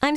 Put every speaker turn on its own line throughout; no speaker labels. I'm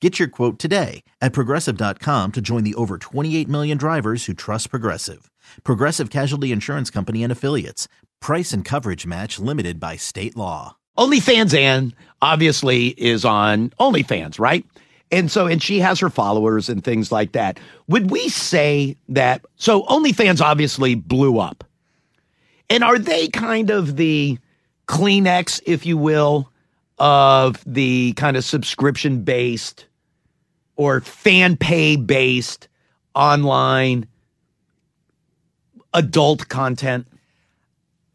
Get your quote today at progressive.com to join the over 28 million drivers who trust Progressive. Progressive Casualty Insurance Company and Affiliates. Price and coverage match limited by state law.
OnlyFans Ann obviously is on OnlyFans, right? And so, and she has her followers and things like that. Would we say that? So, OnlyFans obviously blew up. And are they kind of the Kleenex, if you will, of the kind of subscription based or fan pay based online adult content?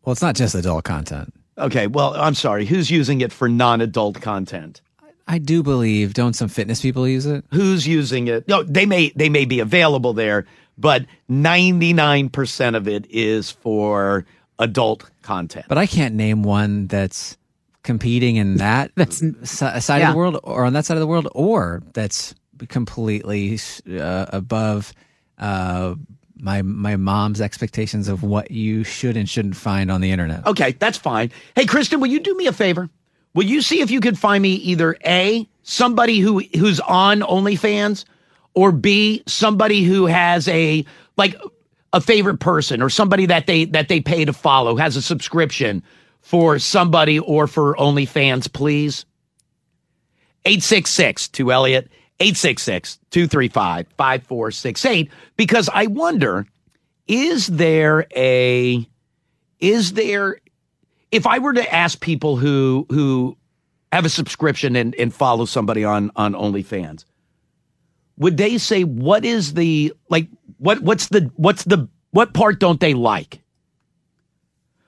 Well, it's not just adult content.
Okay, well, I'm sorry. Who's using it for non adult content?
I do believe don't some fitness people use it?
who's using it. No, they may they may be available there, but 99% of it is for adult content.
But I can't name one that's competing in that that's n- si- side
Yeah.
of the world or on that side of the world or that's completely uh, above uh, my my mom's expectations of what you should and shouldn't find on the internet.
okay, that's fine. Hey Kristen, will you do me a favor? Will you see if you could find me either A, somebody who who's on OnlyFans or B, somebody who has a like a favorite person or somebody that they that they pay to follow has a subscription for somebody or for OnlyFans, please? 866 to Elliot, 866 235 5468. Because I wonder, is there a, is there, if I were to ask people who, who have a subscription and, and follow somebody on, on OnlyFans, would they say, what is the, like, what, what's the, what's the, what part don't they like?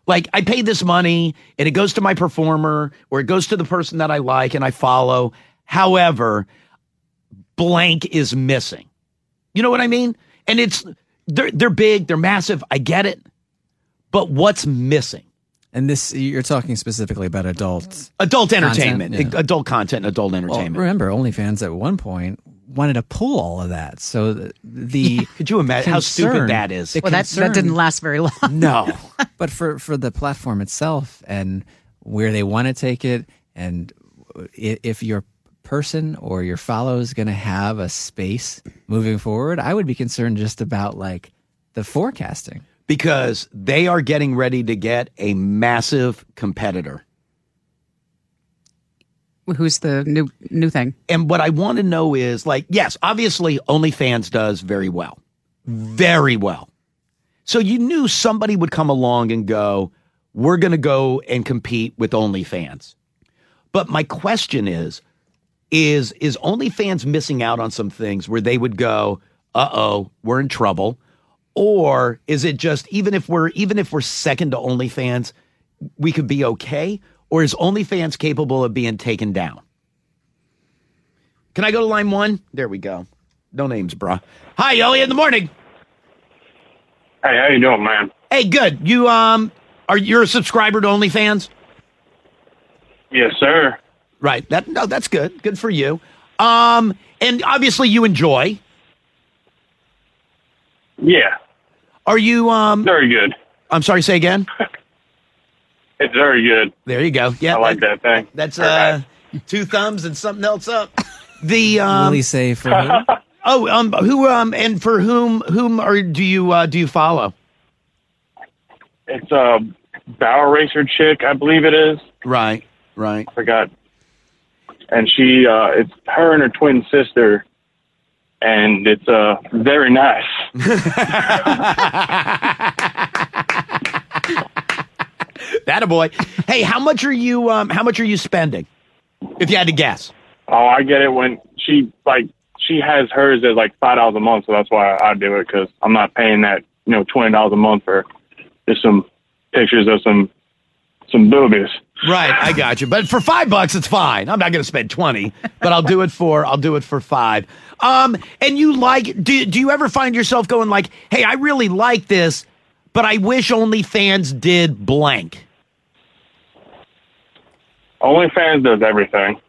like I pay this money and it goes to my performer or it goes to the person that I like and I follow. However, blank is missing. You know what I mean? And it's they're they're big, they're massive. I get it. But what's missing?
And this you're talking specifically about adults.
Adult entertainment,
yeah.
adult content, adult entertainment.
Well, remember, OnlyFans at one point wanted to pull all of that. So the, the
Could you imagine how stupid
concern-
that is?
the
Well, that, that
concern-
didn't last very long.
no.
but for for the platform itself and where they want to take it and i- if your person or your follow is going to have a space moving forward i would be concerned just about like the forecasting
because they are getting ready to get a massive competitor.
Who's the new new thing?
And what I want to know is like, yes, obviously OnlyFans does very well, very well. So you knew somebody would come along and go, we're going to go and compete with OnlyFans. But my question is, is is OnlyFans missing out on some things where they would go, uh oh, we're in trouble, or is it just even if we're even if we're second to OnlyFans, we could be okay, or is OnlyFans capable of being taken down? Can I go to line one? There we go. No names, bruh. Hi, Elliot in the morning.
Hey, how you doing, man?
Hey, good. You um are you're a subscriber to OnlyFans?
Yes, sir.
Right. That no, that's good. Good for you. Um, and obviously you enjoy.
Yeah,
Are you um
very good.
I'm sorry, say again?
It's very good.
There you go. Yeah.
I like that thing.
That's
All right.
uh two thumbs and something else up. The um
really say for who?
oh um who um and for whom whom are do you uh do you follow?
It's a bow racer chick, I believe it is.
Right, right.
I forgot. And she, uh, it's her and her twin sister, and it's uh very nice.
that a boy. Hey, how much are you? Um, how much are you spending? If you had to guess,
Oh, I get it. When she like she has hers at like five dollars a month, so that's why I do it because I'm not paying that you know twenty dollars a month for just some pictures of some some boobies.
right? I got you. But for five bucks, it's fine. I'm not going to spend twenty, but I'll do it for I'll do it for five. Um, and you like? Do do you ever find yourself going like, "Hey, I really like this, but I wish OnlyFans did blank."
OnlyFans does everything.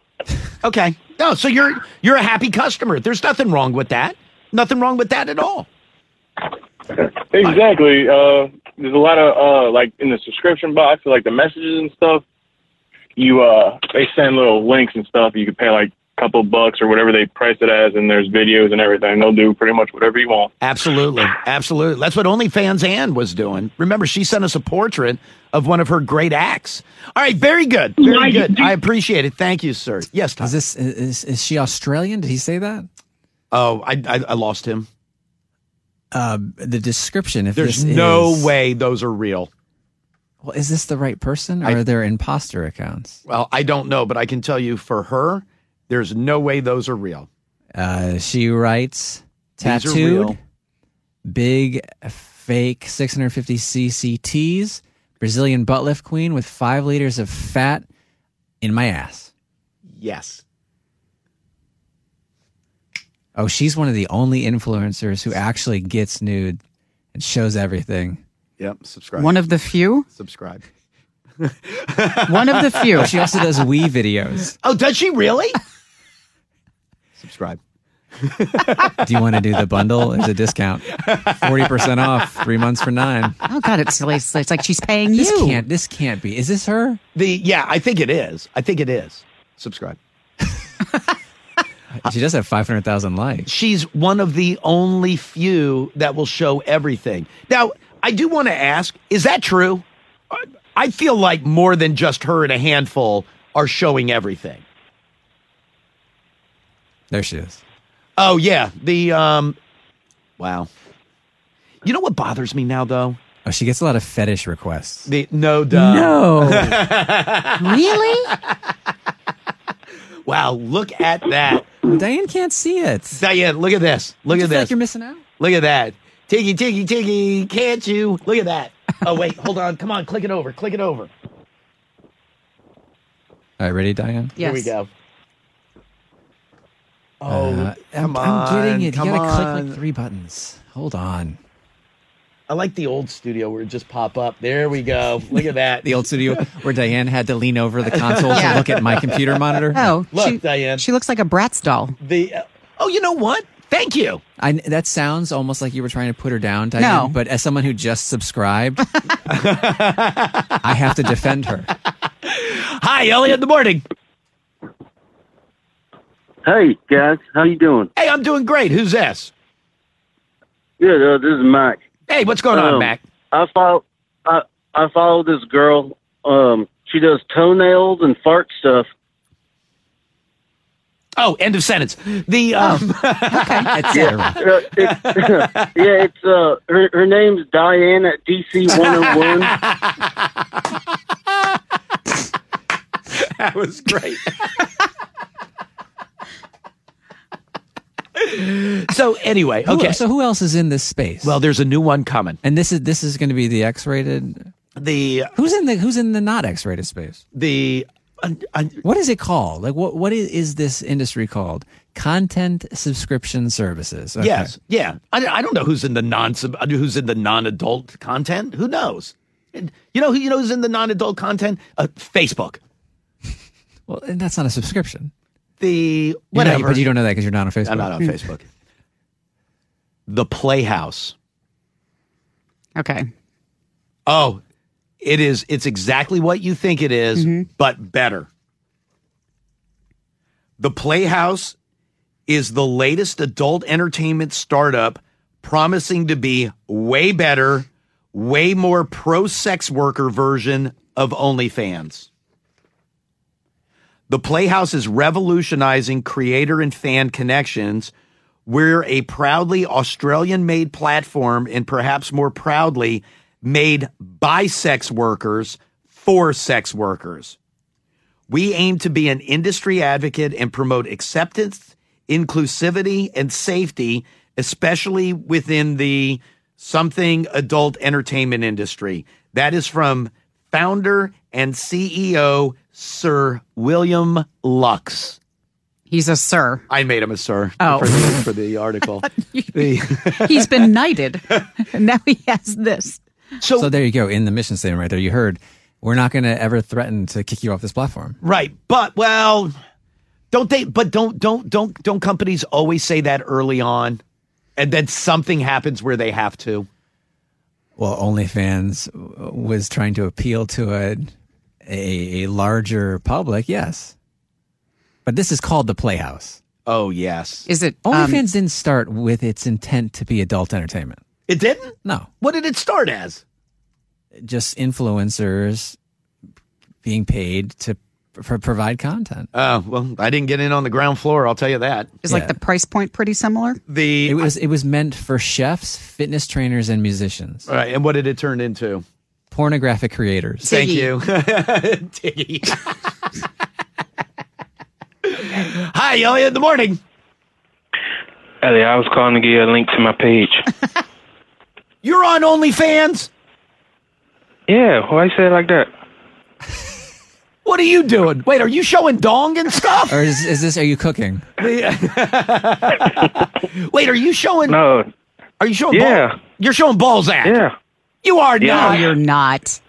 Okay. No, so you're you're a happy customer. There's nothing wrong with that. Nothing wrong with that at all.
Exactly. Uh, there's a lot of uh, like in the subscription box, like the messages and stuff. You uh, they send little links and stuff. You can pay like a couple bucks or whatever they price it as, and there's videos and everything. They'll do pretty much whatever you want.
Absolutely. Absolutely. That's what OnlyFans Ann was doing. Remember, she sent us a portrait of one of her great acts. All right, very good. Very good. I appreciate it. Thank you, sir. Yes, Tom.
Is this is, is she Australian? Did he say that?
Oh, I, I I lost him.
Uh, the description. If
There's
this
no
is-
way those are real.
Well, is this the right person, or
I-
are there imposter accounts?
Well, I don't know, but I can tell you for her, there's no way those are real.
Uh, she writes
These are
tattooed,
real.
big, fake 650 ccts, Brazilian butt lift queen with five liters of fat in my ass.
Yes.
Oh, she's one of the only influencers who actually gets nude and shows everything.
Yep. Subscribe.
One of the few.
Subscribe.
One of the few.
She also does Wii videos.
Oh, does she really? Subscribe.
Do you want to do the bundle? There's a discount, forty percent off, three months for nine.
Oh God, it's like, it's like she's paying
This
you.
can't. This can't be. Is this her?
The yeah, I think it is. I think it is. Subscribe.
She does have five hundred thousand likes.
She's one of the only few that will show everything. Now, I do want to ask, is that true? I- I feel like more than just her and a handful are showing everything.
There she is.
Oh yeah, the um wow. You know what bothers me now though?
Oh, she gets a lot of fetish requests.
The no duh.
No.
Really?
Wow, look at that.
Diane can't see it.
Diane, look at this. Look
You
at
feel
this.
like you're missing out.
Look at that. Tiggy, tiggy, tiggy. Can't you? Look at that. Oh, wait. Hold on. Come on. Click it over. Click it over.
All right, ready, Diane?
Yes.
Here we go. Oh,
Uh, I'm,
come
I'm getting
on,
it.
come
you gotta click
on.
like three buttons. Hold on.
I like the old studio where it just pop up. There we go. Look at that.
The old studio where Diane had to lean over the console to look at my computer monitor.
Oh,
Look,
she,
Diane.
She looks like a Bratz doll.
the oh, you know what? Thank you.
I, that sounds almost like you were trying to put her down, Diane.
No.
But as someone who just subscribed, I have to defend her.
Hi, Elliot. in The morning.
Hey guys, how you doing?
Hey, I'm doing great. Who's this?
Good. Uh, this is Mac.
Hey, what's going on,
Um,
Mac?
I follow. I I follow this girl. Um, she does toenails and fart stuff.
Oh, end of sentence. The um,
That's terrible.
Uh, it, yeah, it's uh, her her name's Diane at DC one hundred one.
that was great. so anyway,
Who-
okay.
So who else is in this space?
well, there's a new one coming.
and this is this is going to be the X-rated.
The
Who's in the Who's in the not X-rated space?
the uh, uh,
What is it called? Like what what is, is this industry called? Content subscription services. Okay.
Yes, yeah. I, I don't know who's in the non who's in the non adult content. Who knows? And You know who you know who's in the non adult content? Uh, Facebook.
Well, and that's not a subscription.
The
You know-
whatever.
but you don't know that because you're not on Facebook.
I'm not on Facebook. the Playhouse.
Okay.
Oh, it is. It's exactly what you think it is, but better. The Playhouse is the latest adult entertainment startup promising to be way better, way more pro sex worker version of OnlyFans. The Playhouse is revolutionizing creator and fan connections. We're a proudly Australian made platform, and perhaps more proudly, made by sex workers for sex workers. We aim to be an industry advocate and promote acceptance, inclusivity, and safety, especially within the something adult entertainment industry. That is from founder and CEO Sir William Lux.
He's a sir.
I made him a sir
Oh.
for, the, for the article. The-
He's been knighted. and now he has this.
So there you go. In the mission statement right there, you heard we're not going to ever threaten to kick you off this platform.
Right, but well, don't they? But don't don't don't don't companies always say that early on, and then something happens where they have to.
Well, OnlyFans w- was trying to appeal to a, a, a larger public, yes. But this is called the Playhouse.
Oh yes,
Is it um,
OnlyFans didn't start with its intent to be adult entertainment.
it didn't.
No,
What did it start as?
just influencers being paid to pr- provide content.
Uh, well, I didn't get in on the ground floor. I'll tell you that.
is
yeah.
like the price point pretty similar?
The
It was it was meant for chefs, fitness trainers, and musicians,
all right, and what did it turn into?
pornographic creators.
Thank
Tiggy.
you. Tiggy. Hi, y'all in the morning.
Ellie, I was calling to get a link to my page.
You're on OnlyFans.
yeah, why you say it like that?
What are you doing? Wait, are you showing dong and stuff?
Or is, is this? Are you cooking?
Wait, are you showing?
No,
Are you showing?
Yeah.
Ball, you're showing Balzac.
yeah.
You are
Yeah.
No,
not.
you're not.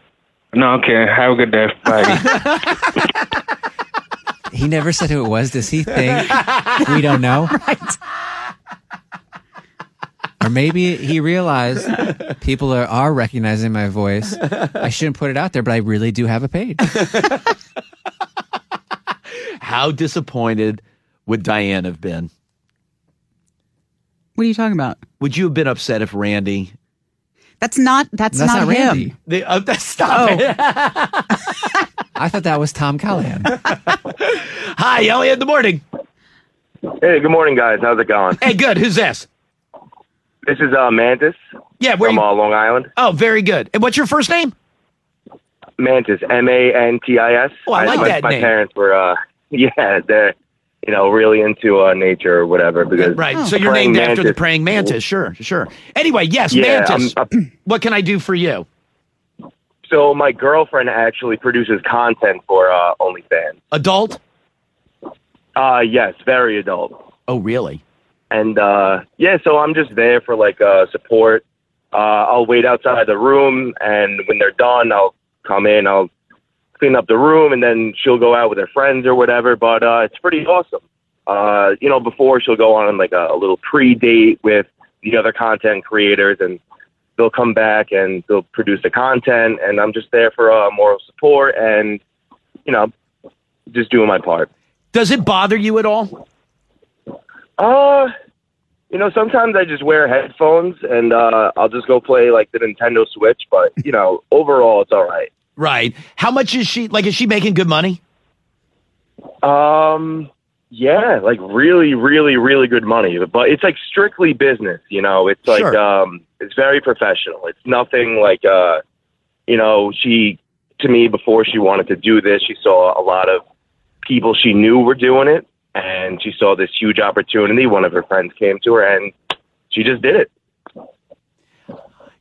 No, okay. Have a good day. Bye.
He never said who it was. Does he think we don't know?
Right.
Or maybe he realized people are, are recognizing my voice. I shouldn't put it out there, but I really do have a page.
How disappointed would Diane have been?
What are you talking about?
Would you have been upset if Randy?
That's not that's,
That's not,
not, him.
Randy.
The, uh, stop it.
I thought that was Tom Callahan.
Hi, Elliot in the morning.
Hey, good morning, guys. How's it going?
Hey, good. Who's this?
This is uh, Mantis
Yeah, where
from
you?
uh, Long Island.
Oh, very good. And what's your first name?
Mantis, M A N T I S.
Oh, I like
my,
that
My
name.
parents were, uh, yeah, they're you know really into uh, nature or whatever. Because
Right.
Oh.
so you're named
praying
after the
mantis.
praying mantis. Sure, sure. Anyway, yes,
Yeah,
mantis.
I'm- I'm-
what can I do for you?
so my girlfriend actually produces content for uh, OnlyFans.
Adult?
Uh, yes, very adult.
Oh, really?
And uh, yeah, so I'm just there for like uh, support. Uh, I'll wait outside the room, and when they're done, I'll come in. I'll clean up the room, and then she'll go out with her friends or whatever. But uh, it's pretty awesome. Uh, you know, before she'll go on like a, a little pre-date with the other content creators, and they'll come back and they'll produce the content, and I'm just there for uh, moral support and you know, just doing my part.
Does it bother you at all?
Uh, you know, sometimes I just wear headphones and uh, I'll just go play like the Nintendo Switch. But you know, overall, it's all right.
Right. How much is she like is she making good money?
Um, yeah, like really, really, really good money. But it's like strictly business. You know, it's like
Sure.
um, it's very professional. It's nothing like uh, you know, she to me before she wanted to do this, she saw a lot of people she knew were doing it, and she saw this huge opportunity. One of her friends came to her, and she just did it.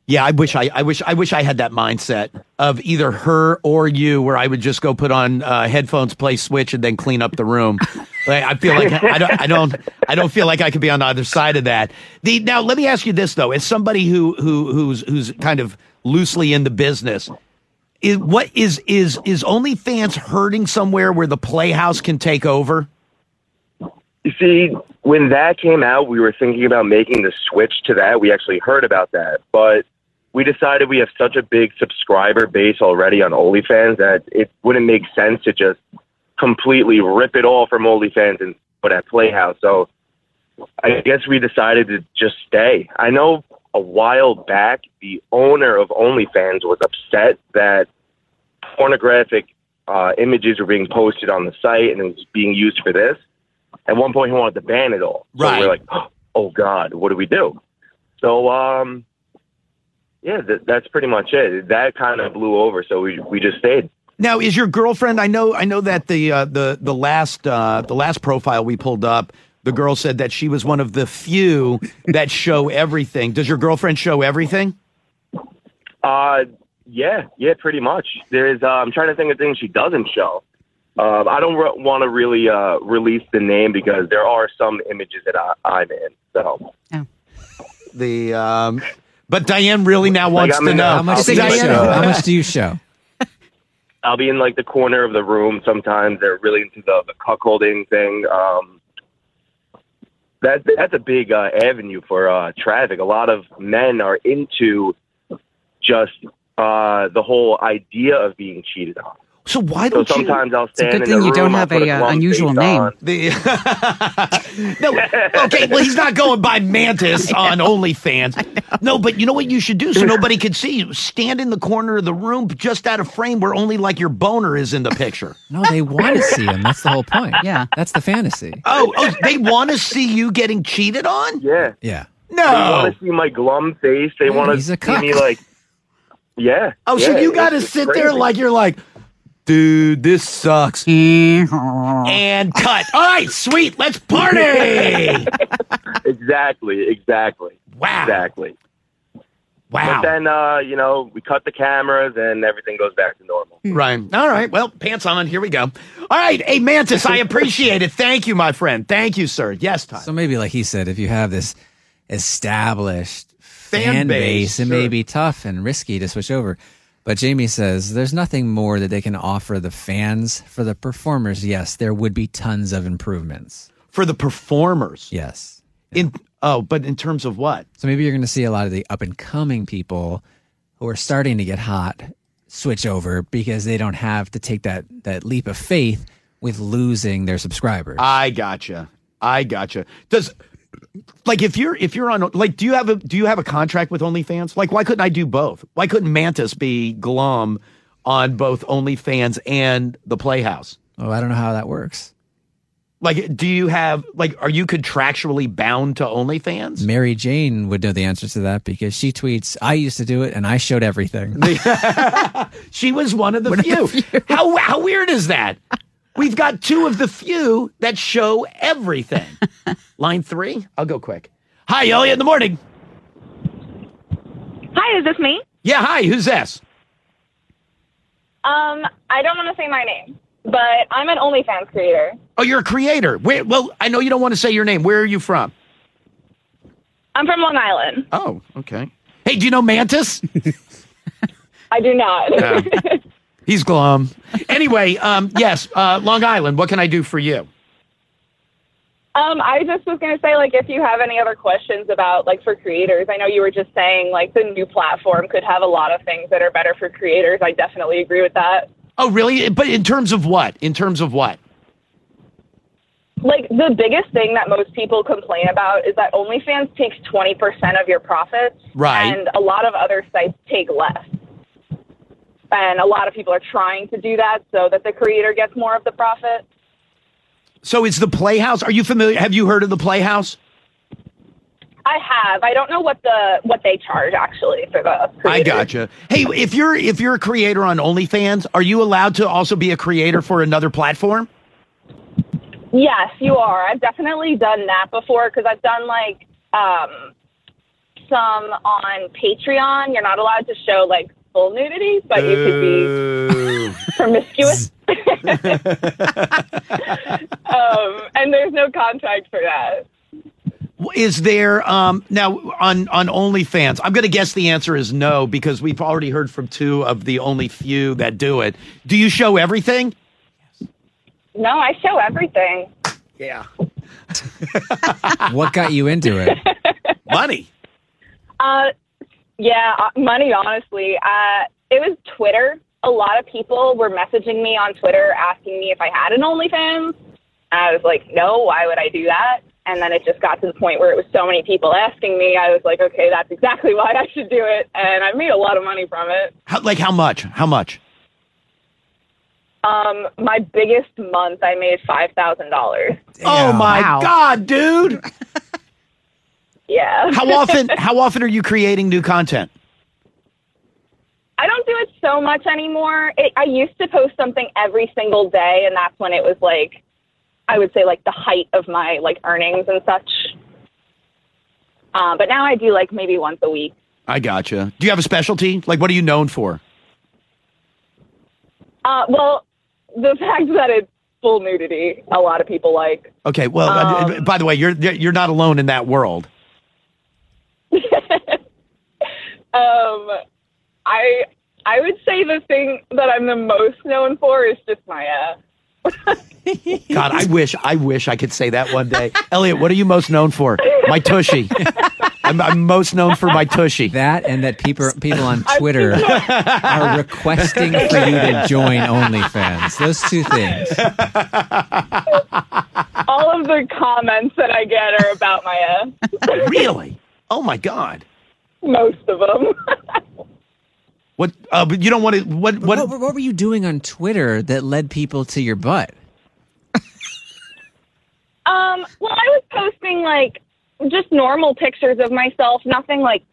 Yeah, I wish I, I wish I wish I had that mindset of either her or you, where I would just go put on uh, headphones, play Switch, and then clean up the room. Like, I feel like I don't, I don't, I don't feel like I could be on either side of that. The now, let me ask you this though: as somebody who who who's who's kind of loosely in the business, is what is is is OnlyFans hurting somewhere where the Playhouse can take over?
You see, when that came out, we were thinking about making the switch to that. We actually heard about that, but we decided we have such a big subscriber base already on OnlyFans that it wouldn't make sense to just completely rip it all from OnlyFans and put at Playhouse. So I guess we decided to just stay. I know a while back, the owner of OnlyFans was upset that pornographic uh, images were being posted on the site and it was being used for this at one point he wanted to ban it all. So
Right.
we're like, oh God, what do we do? So um, yeah, th- that's pretty much it. That kind of blew over, so we we just stayed.
Now, is your girlfriend? I know, I know that the uh, the the last uh, the last profile we pulled up, the girl said that she was one of the few that show everything. Does your girlfriend show everything?
Uh, yeah, yeah, pretty much. There's, uh, I'm trying to think of things she doesn't show. Um, I don't re- want to really uh, release the name because there are some images that I, I'm in. So
The um, but Diane really now
Like,
wants
I'm
to
in a-
know
How much do you
Diane-
uh,
show? How much do you show?
I'll be in like the corner of the room. Sometimes they're really into the, the cuckolding thing. Um, that that's a big uh, avenue for uh, traffic. A lot of men are into just uh, the whole idea of being cheated on.
So why
So
don't you?
sometimes I'll
a
stand
good
in
thing
the
you don't
room, I'll
have
put
a, uh,
glum
unusual
face
name.
on.
The no, okay. Well, he's not going by Mantis on OnlyFans. No, but you know what you should do so nobody can see you. Stand in the corner of the room, just out of frame, where only like your boner is in the picture.
No, they want to see him. That's the whole point.
Yeah.
That's the fantasy.
Oh, oh they want to see you getting cheated on?
Yeah.
Yeah.
They
No.
want to see my glum face. They
Yeah,
want to
Oh. he's a
see
cuck.
me like, yeah.
Oh, so
yeah,
you
it's-
got to
it's
sit there
crazy.
like you're like, dude, this sucks. And cut. All right, sweet. Let's party.
exactly, exactly,
Wow.
exactly. But
Wow.
then, uh, you know, we cut the cameras and everything goes back to normal.
Right. All right. Well, pants on. Here we go. All right. Hey, Mantis, I appreciate it. Thank you, my friend. Thank you, sir. Yes, Todd.
So maybe, like he said, if you have this established
Fan
fan,
base,
base, it may
sure.
be tough and risky to switch over. But Jamie says there's nothing more that they can offer the fans. For the performers, yes, there would be tons of improvements.
For the performers.
Yes.
In oh, but in terms of what?
So maybe you're going to see a lot of the up and coming people who are starting to get hot switch over because they don't have to take that that leap of faith with losing their subscribers.
I gotcha. I gotcha. Does like if you're if you're on like do you have a do you have a contract with OnlyFans? Like why couldn't I do both? Why couldn't Mantis be glum on both OnlyFans and the Playhouse?
oh, I don't know how that works.
Like do you have like are you contractually bound to OnlyFans?
Mary Jane would know the answer to that because she tweets, I used to do it and I showed everything.
She was one of the, few. How how weird is that? We've got two of the few that show everything. Line three, I'll go quick. Hi, Elliot in the morning.
Hi, is this me?
Yeah, hi, who's this?
Um, I don't want to say my name, but I'm an OnlyFans creator.
Oh, you're a creator. Where, well, I know you don't want to say your name. Where are you from?
I'm from Long Island.
Oh, okay. Hey, do you know Mantis?
I do not.
He's glum. Anyway, um, yes, uh, Long Island. What can I do for you?
um, I just was gonna say, like, if you have any other questions about, like, for creators, I know you were just saying, like, the new platform could have a lot of things that are better for creators. I definitely agree with that.
Oh, really? But in terms of what? In terms of what?
Like, the biggest thing that most people complain about is that OnlyFans takes 20% of your profits,
Right.
and a lot of other sites take less. And a lot of people are trying to do that so that the creator gets more of the profit.
So it's the Playhouse. Are you familiar? Have you heard of the Playhouse?
I have. I don't know what the what they charge actually for the.
I
creators.
gotcha. Hey, if you're if you're a creator on OnlyFans, are you allowed to also be a creator for another platform?
Yes, you are. I've definitely done that before because I've done like um, some on Patreon. You're not allowed to show like full nudity, but you could be promiscuous. um, and there's no contract for that.
Is there um, now on on OnlyFans? I'm going to guess the answer is no because we've already heard from two of the only few that do it. Do you show everything?
No, I show everything.
Yeah,
what got you into it?
money.
Uh, yeah, uh, money, honestly. Uh, it was Twitter. A lot of people were messaging me on Twitter asking me if I had an OnlyFans. And I was like, no, why would I do that? And then it just got to the point where it was so many people asking me. I was like, okay, that's exactly why I should do it. And I made a lot of money from it.
How, like how much? How much?
Um, my biggest month, I made $5,000.
Oh
Damn.
my
Wow.
god, dude!
Yeah.
How often? how often are you creating new content?
I don't do it so much anymore. It, I used to post something every single day, and that's when it was like, I would say like the height of my like earnings and such. Uh, but now I do like maybe once a week.
I gotcha. Do you have a specialty? Like, what are you known for?
Uh, well, the fact that it's full nudity, a lot of people like.
Okay. Well, uh,
Um,
by the way, you're you're not alone in that world.
Um, I I would say the thing that I'm the most known for is just my ass.
God, I wish I wish I could say that one day. Elliot, what are you most known for? My tushy. I'm, I'm most known for my tushy.
That and that people people on Twitter are requesting for you to join OnlyFans. Those two things.
All of the comments that I get are about my ass.
really? Oh my God.
Most of them.
What? Uh, but you don't want to. What?
What? what? were you doing on Twitter that led people to your butt?
Um, well, I was posting like just normal pictures of myself, nothing like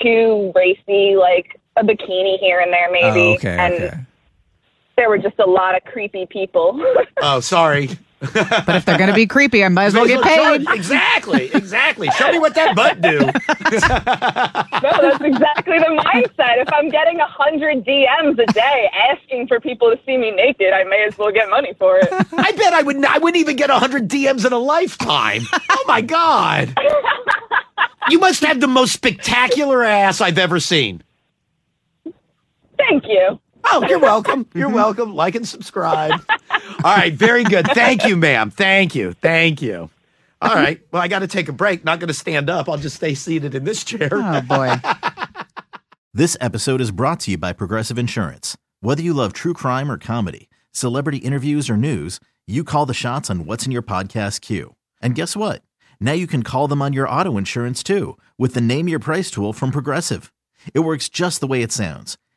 too racy, like a bikini here and there, maybe.
Oh, okay,
and
okay.
there were just a lot of creepy people.
Oh, sorry.
But if they're going to be creepy, I might as well get paid.
Exactly. Exactly. Show me what that butt do.
no, that's exactly the mindset. If I'm getting a hundred DMs a day asking for people to see me naked, I may as well get money for it.
I bet I would. I wouldn't even get hundred DMs in a lifetime. Oh my God. You must have the most spectacular ass I've ever seen.
Thank you.
Oh, you're welcome. You're
Mm-hmm.
welcome. Like and subscribe. All right, very good. Thank you, ma'am. Thank you. Thank you. All right. Well, I got to take a break. Not going to stand up. I'll just stay seated in this chair.
Oh boy.
This episode is brought to you by Progressive Insurance. Whether you love true crime or comedy, celebrity interviews or news, you call the shots on what's in your podcast queue. And guess what? Now you can call them on your auto insurance too with the Name Your Price tool from Progressive. It works just the way it sounds.